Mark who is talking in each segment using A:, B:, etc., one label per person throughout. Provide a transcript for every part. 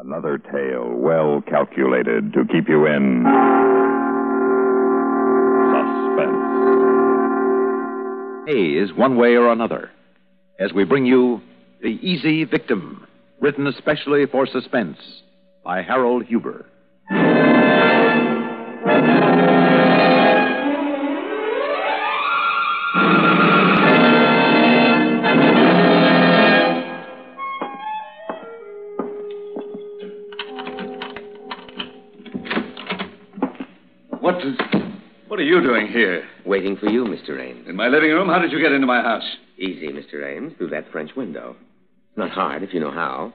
A: Another tale well calculated to keep you in suspense.
B: Hayes, one way or another, as we bring you The Easy Victim, written especially for suspense by Harold Huber.
C: What, what are you doing here?
D: Waiting for you, Mr. Ames.
C: In my living room? How did you get into my house?
D: Easy, Mr. Ames, through that French window. Not hard, if you know how.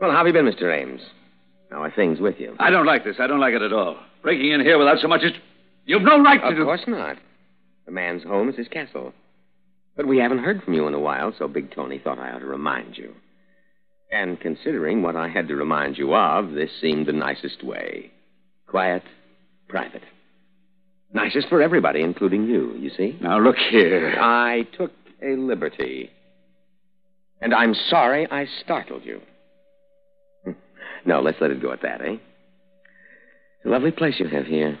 D: Well, how have you been, Mr. Ames? How are things with you?
C: I don't like this. I don't like it at all. Breaking in here without so much as. You've no right to
D: Of
C: do.
D: course not. A man's home is his castle. But we haven't heard from you in a while, so Big Tony thought I ought to remind you. And considering what I had to remind you of, this seemed the nicest way. Quiet, private. Nicest for everybody, including you, you see?
C: Now, look here.
D: I took a liberty. And I'm sorry I startled you. Hmm. No, let's let it go at that, eh? It's a lovely place you have here.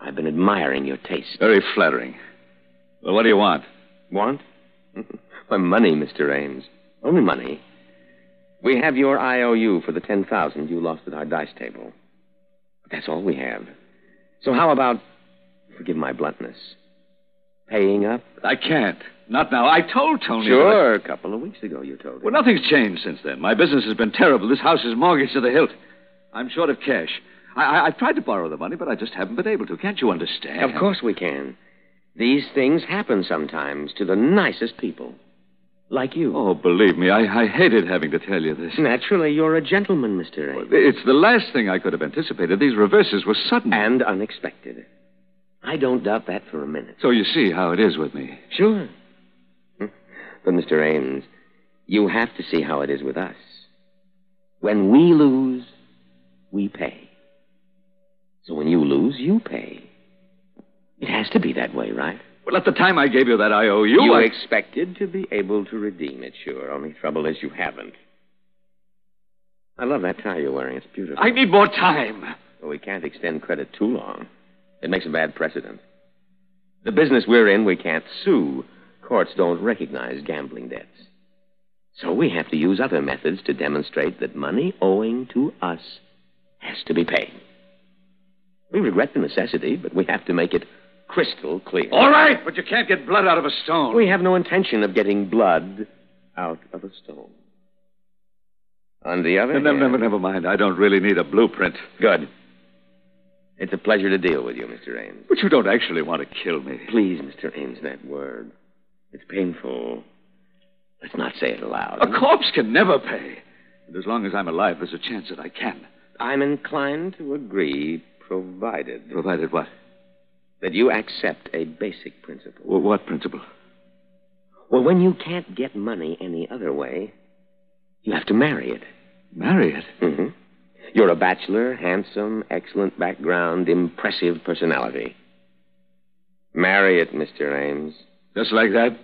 D: I've been admiring your taste.
C: Very flattering. Well, what do you want?
D: Want? Why, money, Mr. Ames. Only money. We have your IOU for the 10000 you lost at our dice table. But that's all we have. So how about, forgive my bluntness, paying up?
C: I can't. Not now. I told Tony. that
D: Sure, a couple of weeks ago you told
C: I-
D: me.
C: Well, nothing's changed since then. My business has been terrible. This house is mortgaged to the hilt. I'm short of cash. I, I, I've tried to borrow the money, but I just haven't been able to. Can't you understand?
D: Of course we can. These things happen sometimes to the nicest people. Like you.
C: Oh, believe me, I, I hated having to tell you this.
D: Naturally, you're a gentleman, Mr. Ames.
C: It's the last thing I could have anticipated. These reverses were sudden.
D: And unexpected. I don't doubt that for a minute.
C: So you see how it is with me.
D: Sure. But, Mr. Ames, you have to see how it is with us. When we lose, we pay. So when you lose, you pay. It has to be that way, right?
C: Well, at the time I gave you that IOU,
D: You
C: I...
D: expected to be able to redeem it, sure. Only trouble is you haven't. I love that tie you're wearing. It's beautiful.
C: I need more time.
D: But we can't extend credit too long. It makes a bad precedent. The business we're in, we can't sue. Courts don't recognize gambling debts. So we have to use other methods to demonstrate that money owing to us has to be paid. We regret the necessity, but we have to make it crystal clear.
C: All right, but you can't get blood out of a stone.
D: We have no intention of getting blood out of a stone. On the other
C: Never,
D: hand,
C: never, never mind. I don't really need a blueprint.
D: good. It's a pleasure to deal with you, Mr. Ames.
C: But you don't actually want to kill me.
D: Please, Mr. Ames, that word. It's painful. Let's not say it aloud.
C: A corpse can never pay. And as long as I'm alive, there's a chance that I can.
D: I'm inclined to agree, provided
C: Provided what?
D: that you accept a basic principle.
C: W- what principle?
D: Well, when you can't get money any other way, you have to marry it.
C: Marry it.
D: hmm You're a bachelor, handsome, excellent background, impressive personality. Marry it, Mr. Ames.
C: Just like that?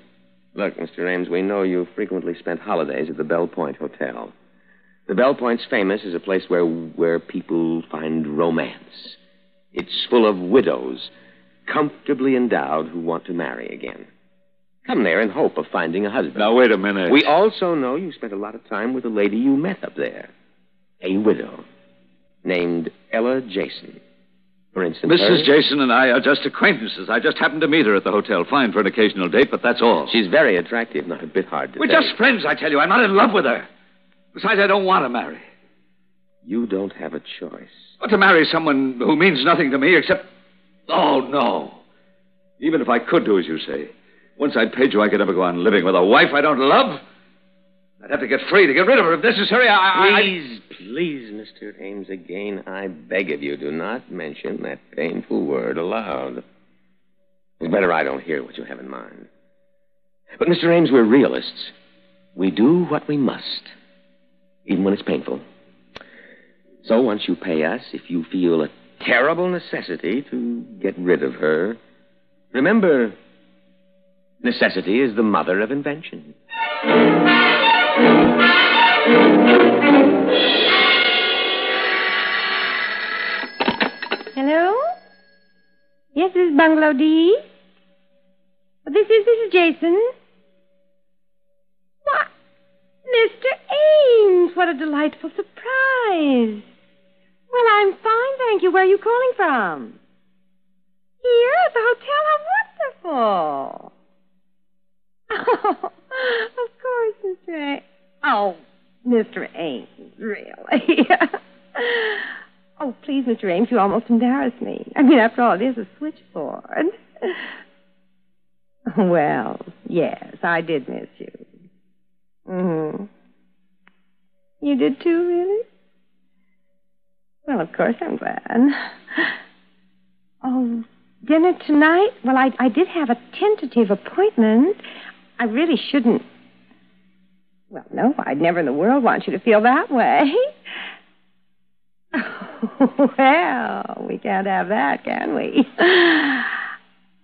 D: Look, Mr. Ames, we know you frequently spent holidays at the Bell Point Hotel. The Bell Point's famous as a place where, where people find romance. It's full of widows, comfortably endowed, who want to marry again. Come there in hope of finding a husband.
C: Now, wait a minute.
D: We also know you spent a lot of time with a lady you met up there, a widow named Ella Jason. For instance,
C: Mrs.
D: her-
C: Jason and I are just acquaintances. I just happened to meet her at the hotel. Fine for an occasional date, but that's all.
D: She's very attractive, not a bit hard to
C: We're
D: date.
C: just friends, I tell you. I'm not in love with her. Besides, I don't want to marry.
D: You don't have a choice.
C: But to marry someone who means nothing to me except. Oh, no. Even if I could do as you say, once I paid you, I could never go on living with a wife I don't love. I'd have to get free to get rid of her if necessary. I. I- I-
D: Please, please, Mr. Ames, again, I beg of you, do not mention that painful word aloud. It's better I don't hear what you have in mind. But, Mr. Ames, we're realists. We do what we must, even when it's painful. So once you pay us, if you feel a terrible necessity to get rid of her, remember, necessity is the mother of invention.
E: Bungalow D? This is Mrs. Jason. What? Mr. Ames, what a delightful surprise. Well, I'm fine, thank you. Where are you calling from? Here at the hotel? How wonderful. Oh, of course, Mr. A. Oh, Mr. Ames, really. oh, please, Mr. Ames, you almost embarrass me. I mean, after all, it is a switchboard. well, yes, I did miss you. hmm You did too, really? Well, of course, I'm glad. Oh, dinner tonight? Well, I, I did have a tentative appointment. I really shouldn't. Well, no, I'd never in the world want you to feel that way. well, we can't have that, can we?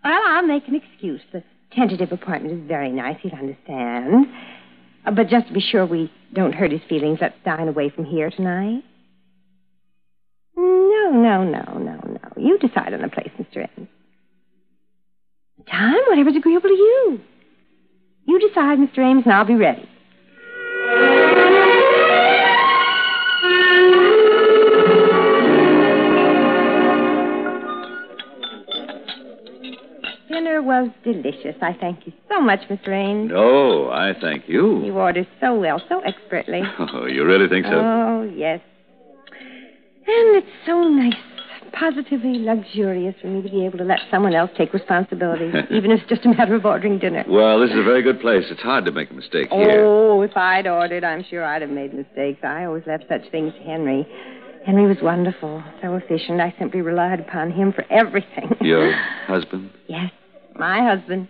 E: Well, I'll make an excuse. The tentative appointment is very nice, he'll understand. Uh, But just to be sure we don't hurt his feelings, let's dine away from here tonight. No, no, no, no, no. You decide on the place, Mr. Ames. Time, whatever's agreeable to you. You decide, Mr. Ames, and I'll be ready. Dinner was delicious. I thank you so much, Mr. Ames.
C: No, I thank you.
E: You ordered so well, so expertly.
C: Oh, you really think so?
E: Oh, yes. And it's so nice, positively luxurious for me to be able to let someone else take responsibility, even if it's just a matter of ordering dinner.
C: well, this is a very good place. It's hard to make a mistake here.
E: Oh, if I'd ordered, I'm sure I'd have made mistakes. I always left such things to Henry. Henry was wonderful, so efficient. I simply relied upon him for everything.
C: Your husband?
E: Yes, my husband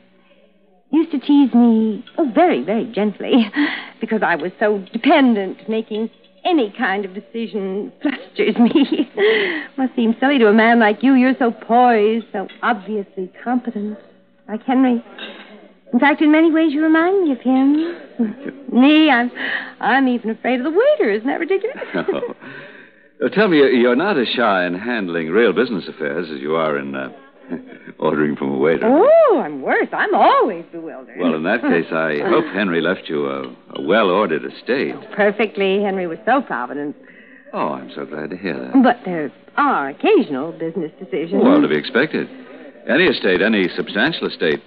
E: used to tease me, oh, very, very gently, because I was so dependent. Making any kind of decision flusters me. Must seem silly to a man like you. You're so poised, so obviously competent, like Henry. In fact, in many ways, you remind me of him. me, I'm, I'm even afraid of the waiter. Isn't that ridiculous?
C: Oh. Uh, Tell me, you're not as shy in handling real business affairs as you are in uh, ordering from a waiter.
E: oh, I'm worse. I'm always bewildered.
C: Well, in that case, I hope Henry left you a, a well ordered estate.
E: Perfectly. Henry was so provident.
C: Oh, I'm so glad to hear that.
E: But there are occasional business decisions.
C: Well, to be expected. Any estate, any substantial estate,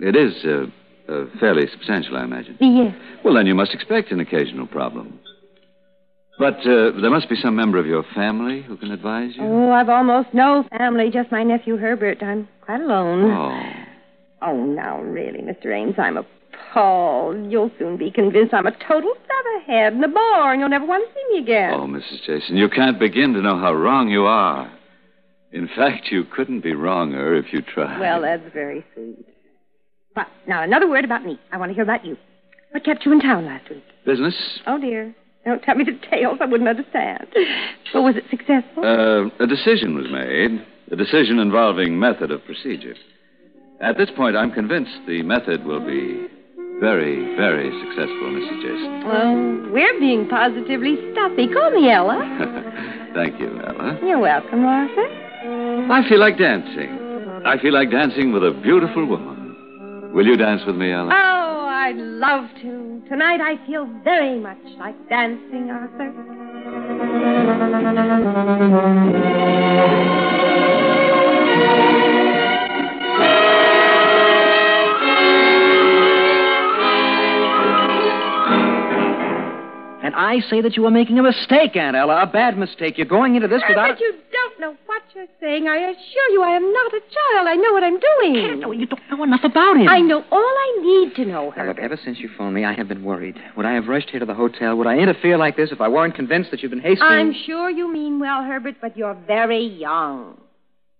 C: it is uh, uh, fairly substantial, I imagine.
E: Yes.
C: Well, then you must expect an occasional problem. But uh, there must be some member of your family who can advise you.
E: Oh, I've almost no family, just my nephew Herbert. I'm quite alone.
C: Oh.
E: Oh, now, really, Mr. Ames, I'm appalled. You'll soon be convinced I'm a total featherhead and a bore, and you'll never want to see me again.
C: Oh, Mrs. Jason, you can't begin to know how wrong you are. In fact, you couldn't be wronger if you tried.
E: Well, uh, that's very sweet. But now, another word about me. I want to hear about you. What kept you in town last week?
C: business.
E: Oh, dear. Don't tell me details. I wouldn't understand. But was it successful?
C: Uh, a decision was made. A decision involving method of procedure. At this point, I'm convinced the method will be very, very successful, Mrs. Jason.
E: well, we're being positively stuffy. Call me Ella.
C: Thank you, Ella.
E: You're welcome, Arthur.
C: I feel like dancing. I feel like dancing with a beautiful woman. Will you dance with me,
E: Oh,
C: Ella?
E: I'd love to. Tonight I feel very much like dancing, Arthur.
F: And I say that you are making a mistake, Aunt Ella, a bad mistake. You're going into this without.
E: But you don't know what you're saying. I assure you I am not a child. I know what I'm doing.
F: No, you don't know enough about him.
E: I know all I need to know,
F: Now, look,
E: Herbert.
F: ever since you phoned me, I have been worried. Would I have rushed here to the hotel? Would I interfere like this if I weren't convinced that you've been hastening?
E: I'm sure you mean well, Herbert, but you're very young.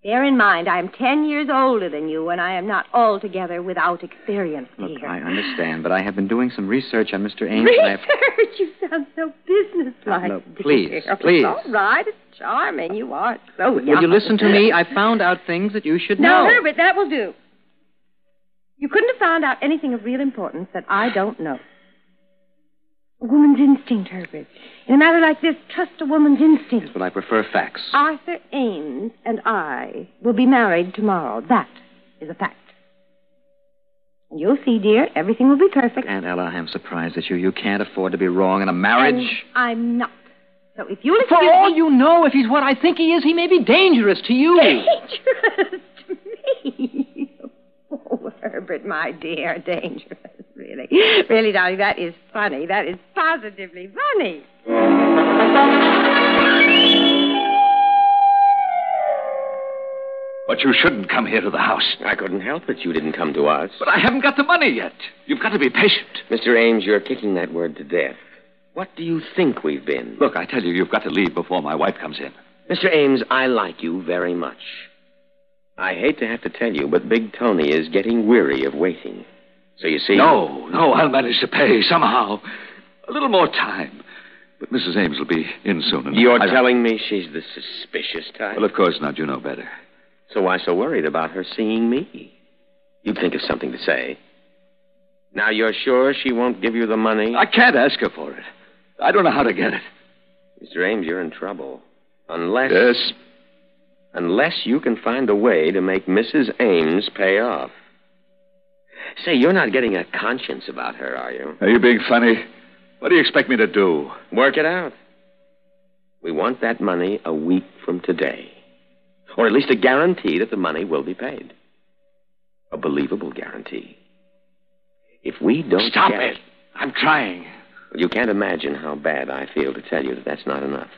E: Bear in mind, I am ten years older than you, and I am not altogether without experience,
F: Look,
E: dear.
F: I understand, but I have been doing some research on Mr. Ames. and I have-
E: Richard, you sound so businesslike.
F: No, please,
E: dear.
F: please.
E: All right, it's charming. You are so
F: Will you listen to me? I found out things that you should
E: Now,
F: know.
E: Herbert, that will do. You couldn't have found out anything of real importance that I don't know. A woman's instinct, Herbert. In a matter like this, trust a woman's instinct.
F: But I prefer facts.
E: Arthur Ames and I will be married tomorrow. That is a fact. And you'll see, dear, everything will be perfect.
F: Aunt Ella, I'm surprised at you. You can't afford to be wrong in a marriage.
E: And I'm not. So if you'll
F: For
E: excuse
F: all
E: me...
F: you know, if he's what I think he is, he may be dangerous to you.
E: Dangerous to me. Oh, Herbert, my dear, dangerous, really. Really, darling, that is funny. That is positively funny.
C: But you shouldn't come here to the house.
D: I couldn't help it. You didn't come to us.
C: But I haven't got the money yet. You've got to be patient.
D: Mr. Ames, you're kicking that word to death. What do you think we've been?
C: Look, I tell you, you've got to leave before my wife comes in.
D: Mr. Ames, I like you very much. I hate to have to tell you, but Big Tony is getting weary of waiting. So you see.
C: No, no, I'll manage to pay somehow. A little more time. But Mrs. Ames will be in soon. and
D: You're
C: I-
D: telling me she's the suspicious type?
C: Well, of course not. You know better.
D: So why so worried about her seeing me? You'd think of something to say. Now you're sure she won't give you the money?
C: I can't ask her for it. I don't know how to get it.
D: Mr. Ames, you're in trouble. Unless
C: Yes.
D: unless you can find a way to make Mrs. Ames pay off. Say, you're not getting a conscience about her, are you?
C: Are you being funny? What do you expect me to do?
D: Work it out. We want that money a week from today. Or at least a guarantee that the money will be paid. A believable guarantee. If we don't
C: Stop
D: get
C: it. I'm trying.
D: You can't imagine how bad I feel to tell you that that's not enough.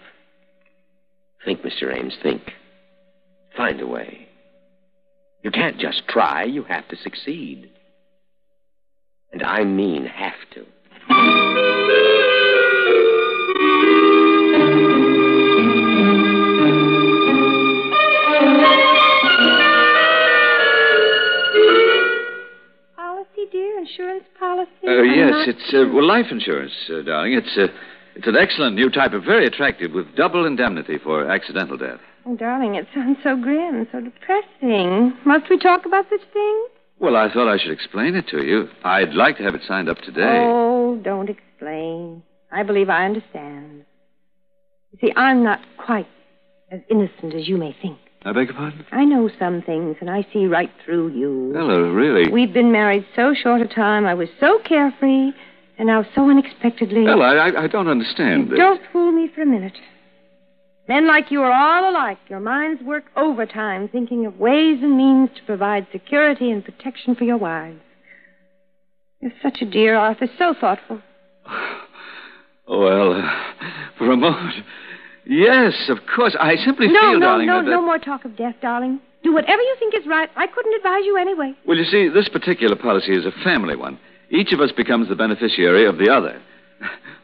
D: Think, Mr. Ames, think. Find a way. You can't just try, you have to succeed. And I mean have to.
E: Policy, dear? Insurance policy?
C: Uh,
E: I'm
C: yes,
E: not-
C: it's uh, well, life insurance, uh, darling. It's uh, it's an excellent new type of very attractive with double indemnity for accidental death.
E: Oh, darling, it sounds so grim, so depressing. Must we talk about such things?
C: Well, I thought I should explain it to you. I'd like to have it signed up today.
E: Oh, don't explain. I believe I understand. You see, I'm not quite as innocent as you may think.
C: I beg your pardon?
E: I know some things, and I see right through you.
C: Hello, really?
E: We've been married so short a time. I was so carefree, and now so unexpectedly.
C: Well, I, I, I don't understand.
E: You Don't fool me for a minute. Men like you are all alike. Your minds work overtime thinking of ways and means to provide security and protection for your wives. You're such a dear, Arthur, so thoughtful.
C: Oh, well, uh, for a moment. Yes, of course. I simply
E: no,
C: feel,
E: no,
C: darling,
E: no,
C: that, that-
E: no more talk of death, darling. Do whatever you think is right. I couldn't advise you anyway.
C: Well, you see, this particular policy is a family one. Each of us becomes the beneficiary of the other.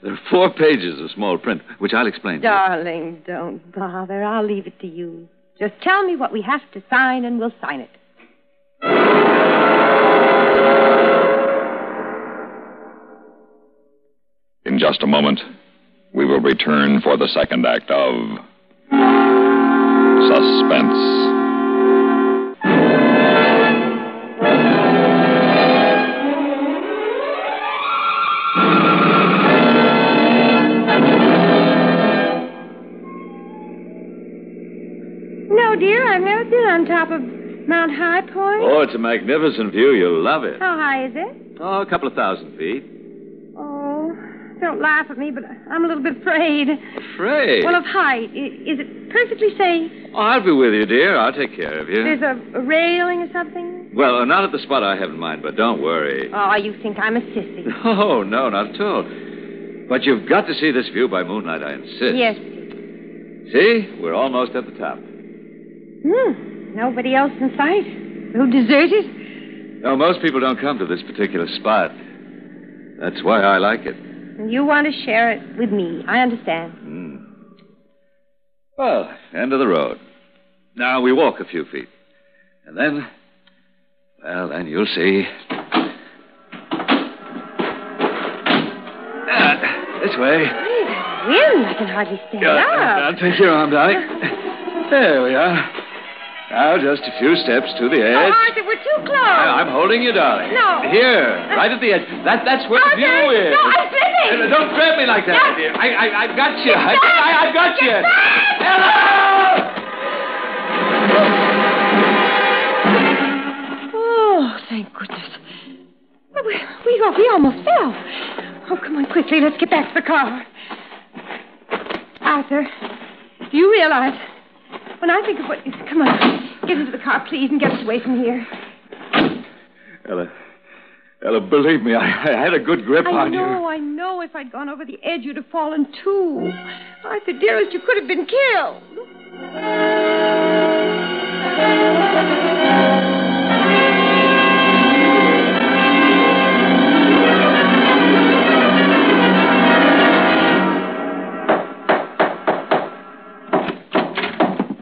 C: There are four pages of small print, which I'll explain to you.
E: Darling, don't bother. I'll leave it to you. Just tell me what we have to sign, and we'll sign it.
A: In just a moment, we will return for the second act of Suspense.
E: No, dear, I've never been on top of Mount High Point.
C: Oh, it's a magnificent view. You'll love it.
E: How high is it?
C: Oh, a couple of thousand feet.
E: Oh, don't laugh at me, but I'm a little bit afraid.
C: Afraid.
E: Well, of height. I- Is it perfectly safe?
C: Oh, I'll be with you, dear. I'll take care of you.
E: There's a, a railing or something?
C: Well, uh, not at the spot I have in mind, but don't worry.
E: Oh, you think I'm a sissy.
C: No, no, not at all. But you've got to see this view by moonlight, I insist.
E: Yes.
C: See? We're almost at the top.
E: Hmm. Nobody else in sight. Who deserted?
C: No, most people don't come to this particular spot. That's why I like it.
E: And you want to share it with me. I understand.
C: Hmm. Well, end of the road. Now we walk a few feet. And then, well, then you'll see. Ah, this way.
E: Wind, I can hardly stand
C: Yeah,
E: up.
C: I'll take your arm, darling. There we are. Now, just a few steps to the
E: Oh,
C: edge.
E: Arthur, we're too close.
C: I, am holding you, darling.
E: No.
C: Here, right at the edge. That, that's where the
E: Arthur!
C: view is.
E: No, I'm slipping! Hey!
C: Ella, don't grab me like that,
E: Yes.
C: my dear. I, I, I've got you. I,
E: Get back.
C: I, I've got
E: Get
C: you.
E: back.
C: Ella!
E: Oh, thank goodness. But we, we, al- we almost fell. Oh, come on, quickly. Let's get back to the car. Arthur, do you realize? When I think of what. Come on. Get into the car, please, and get us away from here.
C: Ella, Ella, believe me, I, I had a good grip
E: I
C: on
E: know,
C: you.
E: I know. If I'd gone over the edge, you'd have fallen too. Arthur, dearest, you could have been killed.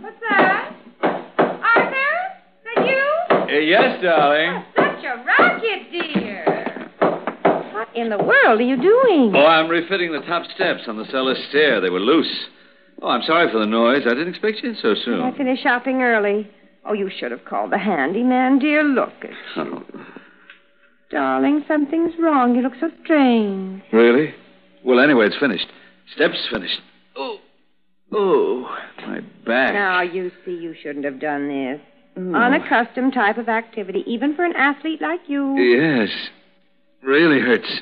E: What's that? Arthur? Is that you?
C: Uh, yes, darling.
E: Such a rocket, dear. What in the world are you doing?
C: Oh, I'm refitting the top steps on the cellar stair. They were loose. Oh, I'm sorry for the noise. I didn't expect you in so
E: I
C: soon.
E: finished shopping early. Oh, you should have called the handyman, dear. Look, at-
C: Oh,
E: darling, something's wrong. You look so strange.
C: really? Well, anyway, it's finished. Steps finished. Oh, oh, my back.
E: Now you see, you shouldn't have done this. Unaccustomed type of activity, even for an athlete like you.
C: Yes. Really hurts.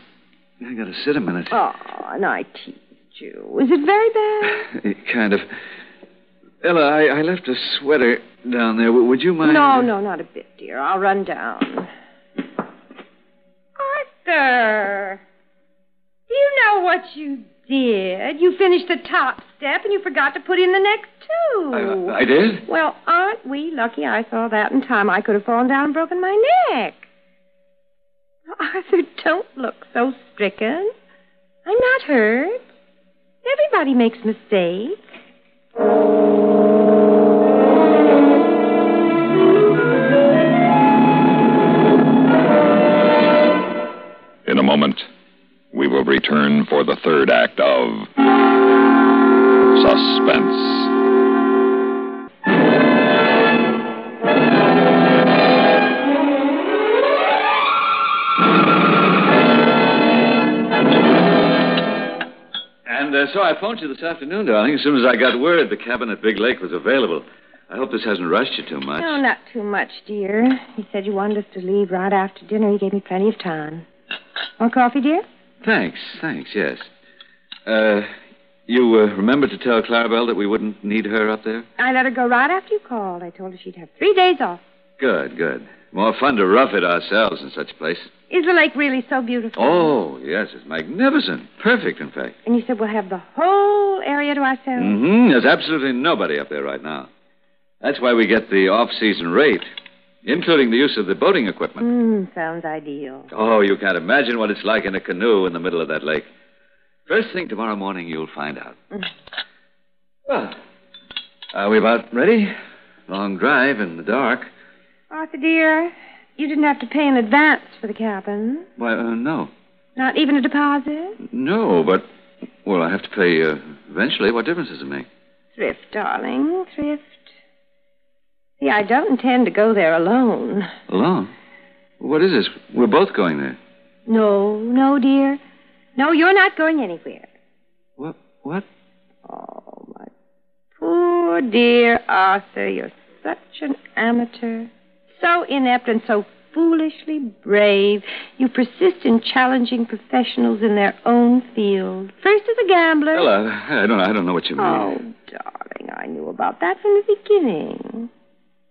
C: I gotta sit a minute.
E: Oh, and I teased you. Is it very bad?
C: kind of. Ella, I, I left a sweater down there. W- Would you mind?
E: No, no, not a bit, dear. I'll run down. Arthur, do you know what you did? You finished the top step and you forgot to put in the next two.
C: Uh, I, I did?
E: Well, aren't we lucky I saw that in time? I could have fallen down and broken my neck. Arthur, don't look so stricken. I'm not hurt. Everybody makes mistakes.
A: In a moment, we will return for the third act of Suspense.
C: And uh, so I phoned you this afternoon, darling, as soon as I got word the cabin at Big Lake was available. I hope this hasn't rushed you too much.
E: No, not too much, dear. He said you wanted us to leave right after dinner. He gave me plenty of time. Want coffee, dear?
C: Thanks, thanks, yes. Uh, you uh, remember to tell Clarabelle that we wouldn't need her up there?
E: I let her go right after you called. I told her she'd have three days off.
C: Good, good. More fun to rough it ourselves in such a place.
E: Is the lake really so beautiful?
C: Oh, yes, it's magnificent. Perfect, in fact.
E: And you said we'll have the whole area to ourselves.
C: Mm-hmm. There's absolutely nobody up there right now. That's why we get the off-season rate, including the use of the boating equipment.
E: Mm, sounds ideal.
C: Oh, you can't imagine what it's like in a canoe in the middle of that lake. First thing tomorrow morning, you'll find out.
E: Mm.
C: Well, are we about ready? Long drive in the dark.
E: Arthur, dear, you didn't have to pay in advance for the cabin.
C: Why, uh, no.
E: Not even a deposit.
C: No, but, well, I have to pay uh, eventually. What difference does it make?
E: Thrift, darling, thrift. See, I don't intend to go there alone.
C: Alone? What is this? We're both going there.
E: No, no, dear. No, you're not going anywhere.
C: What? What?
E: Oh, my poor dear Arthur, you're such an amateur. So inept and so foolishly brave. You persist in challenging professionals in their own field. First as a gambler.
C: Ella, I don't, I don't know what you mean.
E: Oh, darling, I knew about that from the beginning.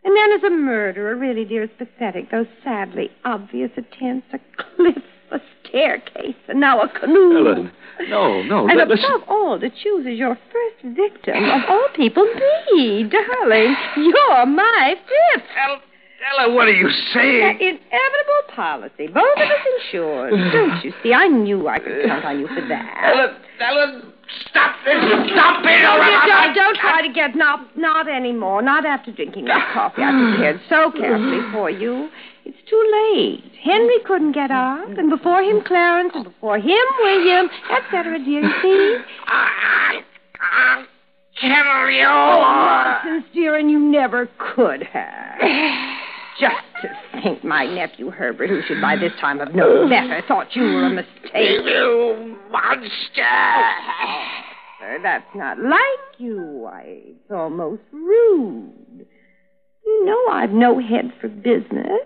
E: And then as a murderer, really, dear, it's pathetic. Those sadly obvious attempts, a cliff, a staircase, and now a canoe.
C: Ellen, no, no,
E: And
C: li-
E: above
C: listen.
E: all, to choose as your first victim of all people me, darling. You're my fifth.
C: Ella, what are you
E: That
C: saying?
E: inevitable policy. Both of us insured. Don't you see? I knew I could count on you for that.
C: Ella, Ellen, stop this! Stop it! All
E: Don't, don't, don't try to get not not anymore. Not after drinking that coffee I prepared so carefully for you. It's too late. Henry couldn't get up, and before him Clarence, and before him William, etc. Dear, you see.
G: Kill you!
E: nonsense, dear, and you never could have. Just To think my nephew Herbert, who should by this time have known better, thought you were a mistake.
H: You monster!
E: Sir, that's not like you. Why, it's almost rude. You know I've no head for business,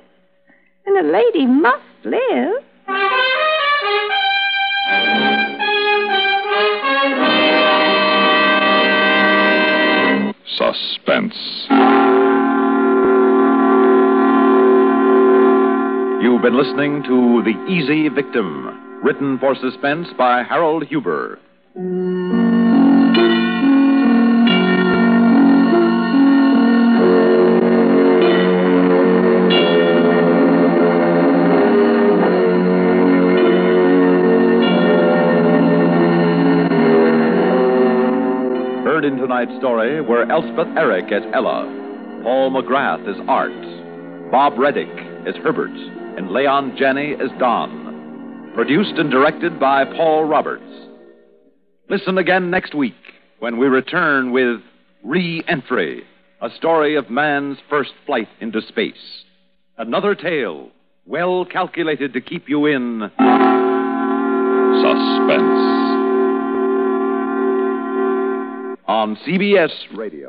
E: and a lady must live.
A: Suspense.
C: You've been listening to The Easy Victim, written for suspense by Harold Huber. Heard in tonight's story were Elspeth Eric as Ella, Paul McGrath as Art, Bob Reddick as Herbert, and Leon Janney as Don. Produced and directed by Paul Roberts. Listen again next week when we return with Re Entry, a story of man's first flight into space. Another tale well calculated to keep you in.
A: Suspense.
C: on CBS Radio.